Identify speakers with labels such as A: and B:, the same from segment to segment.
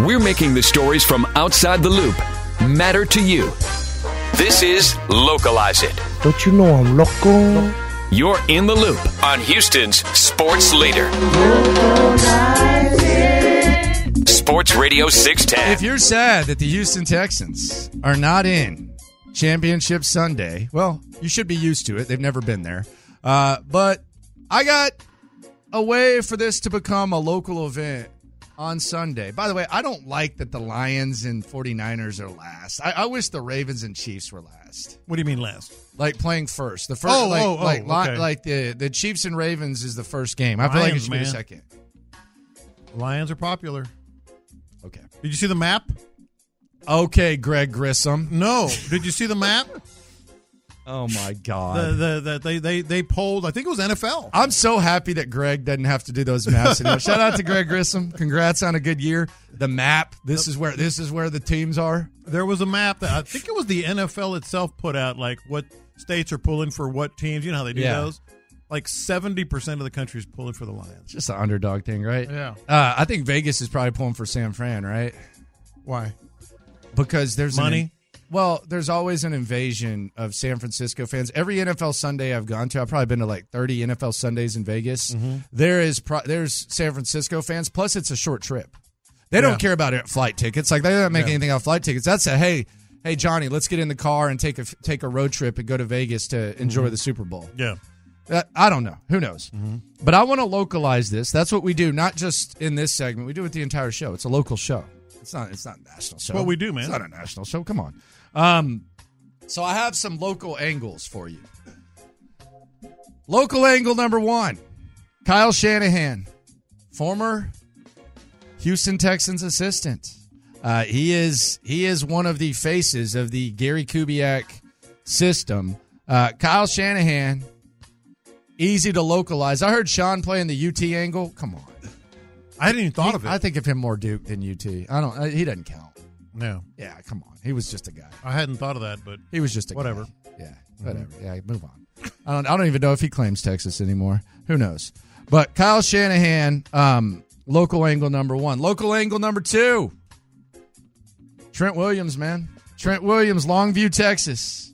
A: We're making the stories from outside the loop matter to you. This is Localize It.
B: Don't you know I'm loco?
A: You're in the loop on Houston's sports leader. Sports Radio
C: If
A: 610.
C: you're sad that the Houston Texans are not in Championship Sunday, well, you should be used to it. They've never been there. Uh, but I got a way for this to become a local event on Sunday. By the way, I don't like that the Lions and 49ers are last. I, I wish the Ravens and Chiefs were last.
D: What do you mean last?
C: Like playing first. The first
D: Oh,
C: like,
D: oh, oh,
C: like, li-
D: okay.
C: like the, the Chiefs and Ravens is the first game. I feel like it
D: Lions,
C: should be
D: man.
C: the second.
D: Lions are popular.
C: Okay.
D: Did you see the map?
C: Okay, Greg Grissom.
D: No. Did you see the map?
C: Oh my god.
D: the, the, the, they, they, they polled, I think it was NFL.
C: I'm so happy that Greg doesn't have to do those maps anymore. Shout out to Greg Grissom. Congrats on a good year. The map. This is where this is where the teams are.
D: There was a map that I think it was the NFL itself put out, like what states are pulling for what teams. You know how they do
C: Yeah.
D: those? Like 70% of the country is pulling for the Lions.
C: Just an underdog thing, right?
D: Yeah.
C: Uh, I think Vegas is probably pulling for San Fran, right?
D: Why?
C: Because there's an-
D: Money?
C: well, there's always an invasion of San Francisco fans. Every NFL Sunday I've gone to, I've probably been to like 30 NFL Sundays in Vegas. There is pro- there's San Francisco fans. Plus, it's a short trip. They don't
D: Yeah.
C: care about it, flight tickets. Like they don't make anything out of flight tickets. That's a hey, hey Johnny, let's get in the car and take a take a road trip and go to Vegas to enjoy the Super Bowl.
D: Yeah.
C: Uh, I don't know. Who knows?
D: Mm-hmm.
C: But I want to localize this. That's what we do, not just in this segment. We do it the entire show. It's a local show. It's not. It's not a national show.
D: what we do, man.
C: It's not a national show. Come on. Um, so I have some local angles for you. Local angle number one: Kyle Shanahan, former Houston Texans assistant. Uh, he is he is one of the faces of the Gary Kubiak system. Uh, Kyle Shanahan, easy to localize. I heard Sean playing the UT angle. Come on,
D: I hadn't even thought of it.
C: I think of him more Duke than UT. I don't. I, he doesn't count.
D: no.
C: Yeah, come on. He was just a guy.
D: I hadn't thought of that, but
C: He was just a
D: Whatever. Mm-hmm.
C: guy. Yeah, whatever. Yeah, move on. I don't. I don't even know if he claims Texas anymore. Who knows? But Kyle Shanahan, um, local angle number one. Local angle number two. Trent Williams, man. Trent Williams, Longview, Texas.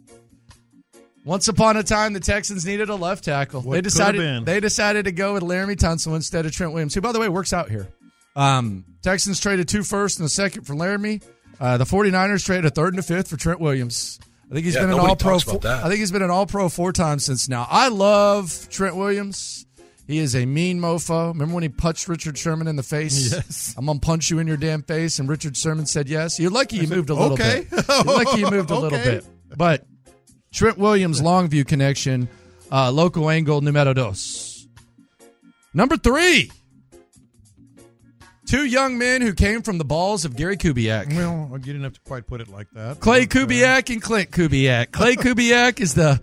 C: Once upon a time, the Texans needed a left tackle.
D: What
C: they
D: could have
C: decided
D: been.
C: they decided to go with Laramie Tunsil instead of Trent Williams, who, by the way, works out here. Um, Texans traded two first and a second for Laramie. Uh, the 49ers traded a third and a fifth for Trent Williams. I think he's
E: Yeah,
C: been an
E: nobody
C: all pro.
E: talks about that.
C: I think he's been an all pro four times since now. I love Trent Williams. He is a mean mofo. Remember when he punched Richard Sherman in the face?
D: Yes.
C: I'm gonna punch you in your damn face. And Richard Sherman said yes. You're lucky you moved a little
D: okay.
C: bit. You're lucky you moved a little
D: Okay.
C: bit. But Trent Williams, Longview connection, uh, local angle numero dos. Number three, two young men who came from the balls of Gary Kubiak.
D: well, you didn't have to quite put it like that.
C: Clay
D: But, uh,
C: Kubiak and Clint Kubiak. Clay Kubiak is the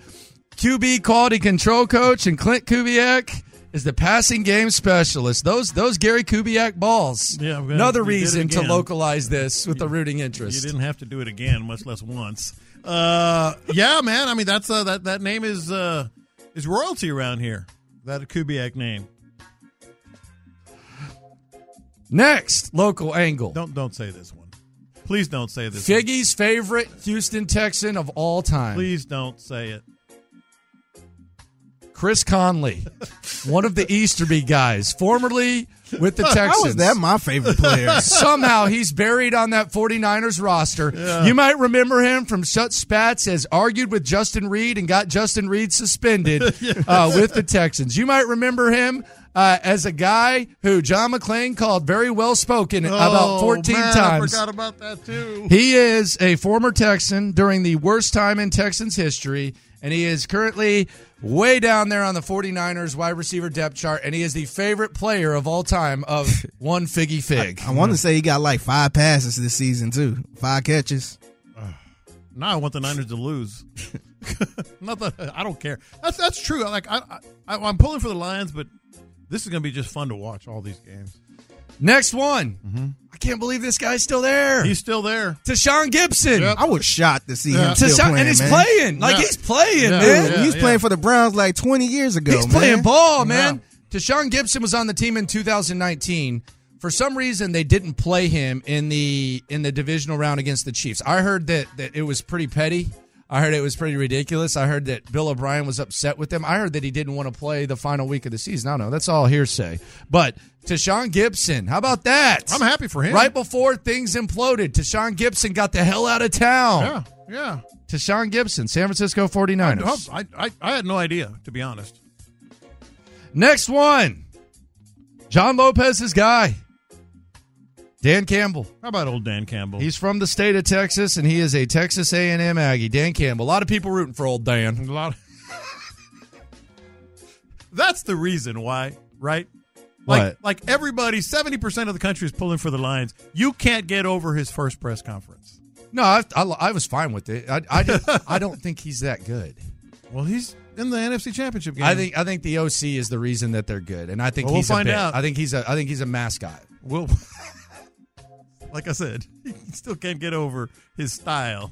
C: QB quality control coach, and Clint Kubiak is the passing game specialist. Those those Gary Kubiak balls.
D: Yeah, I'm glad
C: Another
D: you did it
C: reason to
D: again.
C: localize this with the rooting interest.
D: You didn't have to do it again, much less once. Uh, yeah, man. I mean, that's uh, that that name is uh, is royalty around here. That Kubiak name.
C: Next local angle.
D: Don't don't say this one. Please don't say this. one.
C: Figgy's favorite Houston Texan of all time.
D: Please don't say it.
C: Chris Conley, one of the Easterby guys, formerly with the Texans.
B: How is that my favorite player?
C: Somehow he's buried on that 49ers roster. You might remember him from such spats as argued with Justin Reed and got Justin Reed suspended uh, with the Texans. You might remember him uh, as a guy who John McClain called very well spoken
B: Oh,
C: about 14
D: Oh, man,
C: times.
D: I forgot about that too.
C: He is a former Texan during the worst time in Texans history, and he is currently way down there on the 49ers wide receiver depth chart, and he is the favorite player of all time of one figgy fig.
B: I want to say he got like five passes this season too, five catches.
D: Now I want the Niners to lose. Not that I don't care. That's that's true. Like I, I I'm pulling for the Lions, but this is gonna be just fun to watch all these games.
C: Next one. I can't believe this guy's still there.
D: Mm-hmm. He's still there.
C: Tashawn Gibson.
D: Yep.
B: I was shocked to see him
D: Yeah.
B: still
C: Tashawn-
B: playing,
C: and he's
B: man.
C: playing. Like,
D: Yeah.
C: he's playing,
D: Yeah.
C: man.
B: Dude, he was
D: yeah.
B: playing for the Browns like 20 years ago.
C: He's
B: man.
C: playing ball, man. Tashawn Gibson was on the team in 2019. For some reason, they didn't play him in the in the divisional round against the Chiefs. I heard that that it was pretty petty. I heard it was pretty ridiculous. I heard that Bill O'Brien was upset with them. I heard that he didn't want to play the final week of the season. I don't know. That's all hearsay. But Tashawn Gibson, how about that?
D: I'm happy for him.
C: Right before things imploded, Tashawn Gibson got the hell out of town.
D: Yeah. Yeah.
C: Tashawn Gibson, San Francisco 49ers.
D: Oh, I, I I had no idea to be honest.
C: Next one. John Lopez's guy, Dan Campbell.
D: How about old Dan Campbell?
C: He's from the state of Texas, and he is a Texas A&M Aggie. Dan Campbell. A lot of people rooting for old Dan.
D: a lot. That's the reason why, right? Like,
C: What?
D: like everybody, seventy percent of the country is pulling for the Lions. You can't get over his first press conference.
C: No, I, I, I was fine with it. I, I, don't, I don't think he's that good.
D: Well, he's in the NFC Championship game.
C: I think I think the OC is the reason that they're good, and I think
D: Well, we'll
C: he's
D: find
C: a bit-
D: out.
C: I think he's a I think he's a mascot.
D: Well, like I said, he still can't get over his style.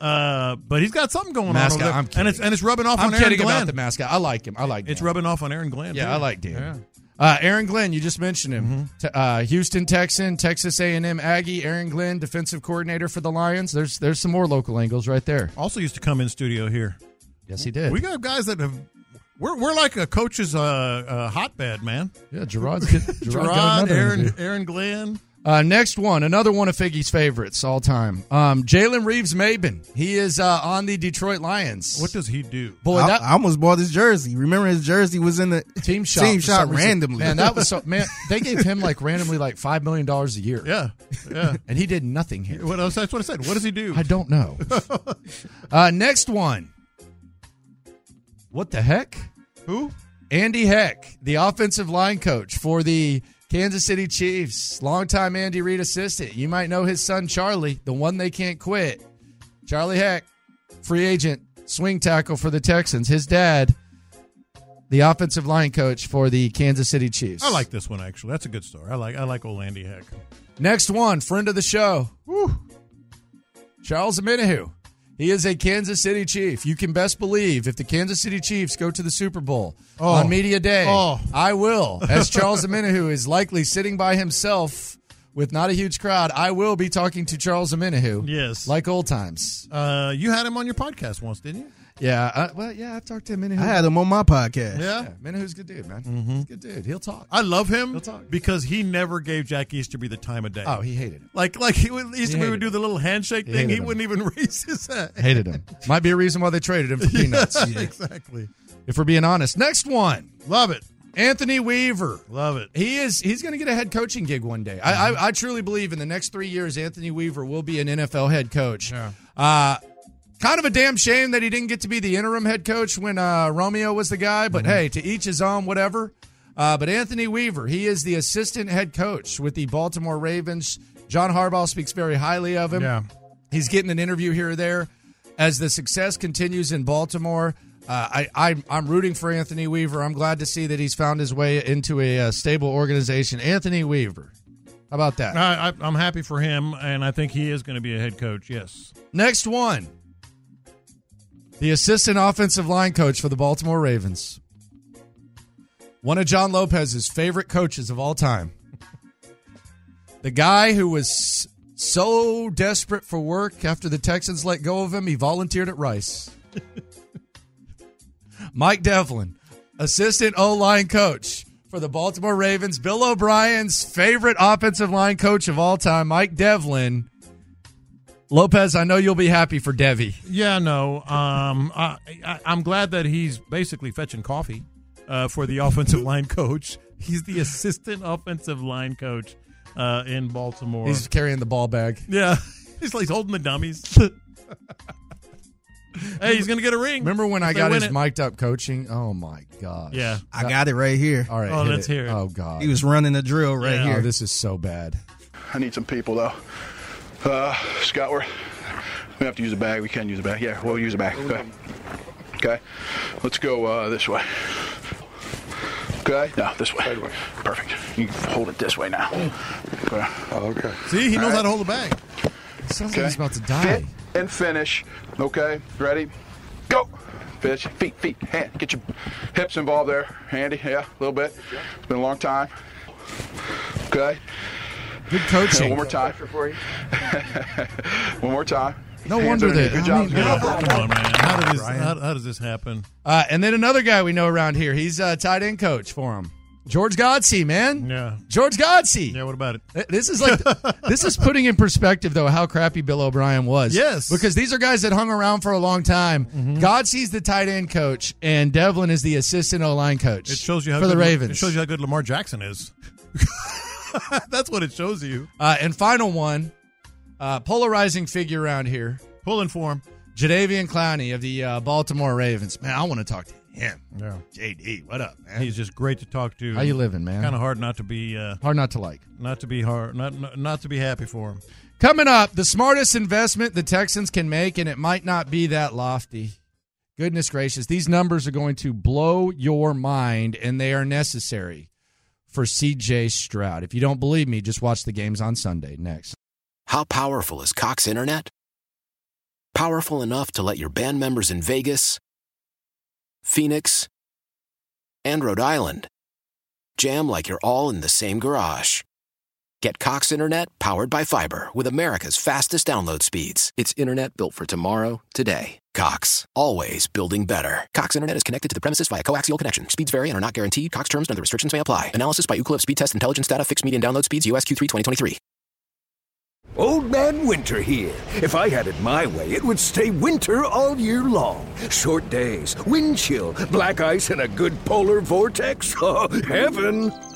D: Uh, but he's got something going
C: Mascot,
D: on over there,
C: I'm
D: and
C: kidding.
D: it's and it's rubbing off
C: I'm
D: on Aaron
C: kidding
D: Glenn.
C: about the mascot. I like him. I like.
D: it's
C: Dan.
D: rubbing off on Aaron Glenn.
C: Yeah,
D: too.
C: I like Dan.
D: Yeah. Mm-hmm.
C: Uh, Aaron Glenn, you just mentioned him. T- uh, Houston Texan, Texas A&M Aggie, Aaron Glenn, defensive coordinator for the Lions. There's there's some more local angles right there.
D: Also used to come in studio here.
C: Yes, he did.
D: We got guys that have. We're, we're like a coach's uh, uh, hotbed, man.
C: yeah, Gerard's good. Gerard, got
D: Gerard,
C: another
D: Aaron,
C: interview.
D: Aaron Glenn.
C: Uh, next one, another one of Figgy's favorites all time. Um, Jalen Reeves Maben. He is uh, on the Detroit Lions.
D: What does he do?
C: boy
B: I,
C: that
B: I almost bought his jersey. Remember his jersey was in the
C: team shot
B: Team
C: for
B: shot
C: some reason.
B: randomly.
C: Man, that was so man. They gave him like randomly like five million dollars a year,
D: Yeah, yeah.
C: and he did nothing here.
D: what else? That's what I said. What does he do?
C: I don't know. uh, next one. What the heck? Who? Andy Heck, the offensive line coach for the Kansas City Chiefs, longtime Andy Reid assistant. You might know his son Charlie, the one they can't quit. Charlie Heck, free agent, swing tackle for the Texans. His dad, the offensive line coach for the Kansas City Chiefs.
D: I like this one actually. That's a good story. I like I like old Andy Heck.
C: Next one, friend of the show. Woo. Charles Aminahu. He is a Kansas City Chief. You can best believe if the Kansas City Chiefs go to the Super Bowl
D: Oh.
C: on media day,
D: Oh.
C: I will. As Charles Aminahu is likely sitting by himself with not a huge crowd, I will be talking to Charles Aminahu.
D: Yes.
C: Like old times.
D: Uh, you had him on your podcast once, didn't you?
C: Yeah. I, well, yeah, I've talked to Aminahu.
B: I had him on my podcast.
D: Yeah.
C: Minahu's a good dude, man.
D: Mhm.
C: He's a good dude. He'll talk.
D: I love him
C: He'll talk.
D: because he never gave Jack Easterby the time of day.
C: Oh, he hated it.
D: Like like he would Easterby
C: hated
D: would do the little handshake
C: He
D: thing.
C: hated
D: He
C: him.
D: wouldn't even raise his hand.
C: Hated him. Might be a reason why they traded him for peanuts.
D: Yeah, Exactly.
C: if we're being honest. Next one, love it. Anthony Weaver, love it. He is he's going to get a head coaching gig one day. I, I I truly believe in the next three years, Anthony Weaver will be an NFL head coach. Uh, kind of a damn shame that he didn't get to be the interim head coach when uh, Romeo was the guy. But hey, to each his own, whatever. Uh, but Anthony Weaver, he is the assistant head coach with the Baltimore Ravens. John Harbaugh speaks very highly of him.
D: Yeah.
C: He's getting an interview here or there. As the success continues in Baltimore, uh, I, I, I'm rooting for Anthony Weaver. I'm glad to see that he's found his way into a uh, stable organization. Anthony Weaver. How about that?
D: I, I, I'm happy for him, and I think he is going to be a head coach. Yes.
C: Next one. The assistant offensive line coach for the Baltimore Ravens. One of John Lopez's favorite coaches of all time. The guy who was so desperate for work after the Texans let go of him, he volunteered at Rice. Mike Devlin, assistant O line coach for the Baltimore Ravens. Bill O'Brien's favorite offensive line coach of all time, Mike Devlin. Lopez, I know you'll be happy for Devi.
D: Yeah, no. Um, I, I, I'm glad that he's basically fetching coffee uh, for the offensive line coach. He's the assistant offensive line coach uh, in Baltimore.
C: He's carrying the ball bag.
D: yeah, he's like holding the dummies. hey, he's gonna get a ring.
C: Remember when
D: if
C: I
D: they
C: got
D: win
C: his
D: it.
C: mic'd up coaching? Oh my gosh.
D: Yeah.
B: I got it right here.
C: All right.
D: Oh,
C: hit
D: let's
C: it.
D: hear it.
C: Oh god.
B: He was running the drill right
D: Yeah.
C: Oh,
B: here.
C: this is so bad.
F: I need some people though. Uh, Scottworth, we have to use a bag. We can use a bag. Yeah, we'll use a bag. Okay. Okay. Let's go uh, this way. Okay. No, this way. Perfect. You can hold it this way now. Okay. okay.
D: See, he knows how to hold a bag.
C: It sounds like he's about to die.
F: Fit and finish. Okay. Ready? Go. Fish. Feet. Feet. Hand. Get your hips involved there, Handy. Yeah, a little bit. It's been a long time. Okay.
C: Good
F: Yeah,
C: coaching.
F: one more time. one more time.
C: No
F: Hands
C: wonder
F: underneath.
C: that-
F: Good
C: I
F: job.
C: mean,
F: Good job.
D: Come on, man. How did this? How, how does this happen?
C: Uh, and then another guy we know around here. He's uh, tight end coach for him. George Godsey, man.
D: Yeah.
C: George Godsey.
D: Yeah. What about it?
C: This is like this is putting in perspective though how crappy Bill O'Brien was.
D: Yes. Mm-hmm.
C: because these are guys that hung around for a long time. God sees the tight end coach, and Devlin is the assistant O line coach.
D: It shows you how
C: for the
D: good,
C: Ravens.
D: It shows you how good Lamar Jackson is. That's what it shows you.
C: Uh, and final one, uh, polarizing figure around here,
D: Pulling for him.
C: Jadavian Clowney of the uh, Baltimore Ravens. Man, I want to talk to him.
D: Yeah.
C: JD, what up, man?
D: He's just great to talk to.
C: how you living, man?
D: Kind of hard not to be uh,
C: hard not to like.
D: not to be hard not, not not to be happy for him.
C: Coming up, the smartest investment the Texans can make, and it might not be that lofty. Goodness gracious, these numbers are going to blow your mind, and they are necessary for CJ Stroud. If you don't believe me, just watch the games on Sunday next.
G: How powerful is Cox Internet? Powerful enough to let your band members in Vegas, Phoenix, and Rhode Island jam like you're all in the same garage. Get Cox Internet powered by fiber with America's fastest download speeds. It's internet built for tomorrow, today. Cox, always building better. Cox Internet is connected to the premises via coaxial connection. Speeds vary and are not guaranteed. Cox terms and other restrictions may apply. Analysis by Ookla of speed test intelligence data. Fixed median download speeds. USQ3 2023.
E: Old Man Winter here. If I had it my way, it would stay winter all year long. Short days, wind chill, black ice, and a good polar vortex. Oh, heaven!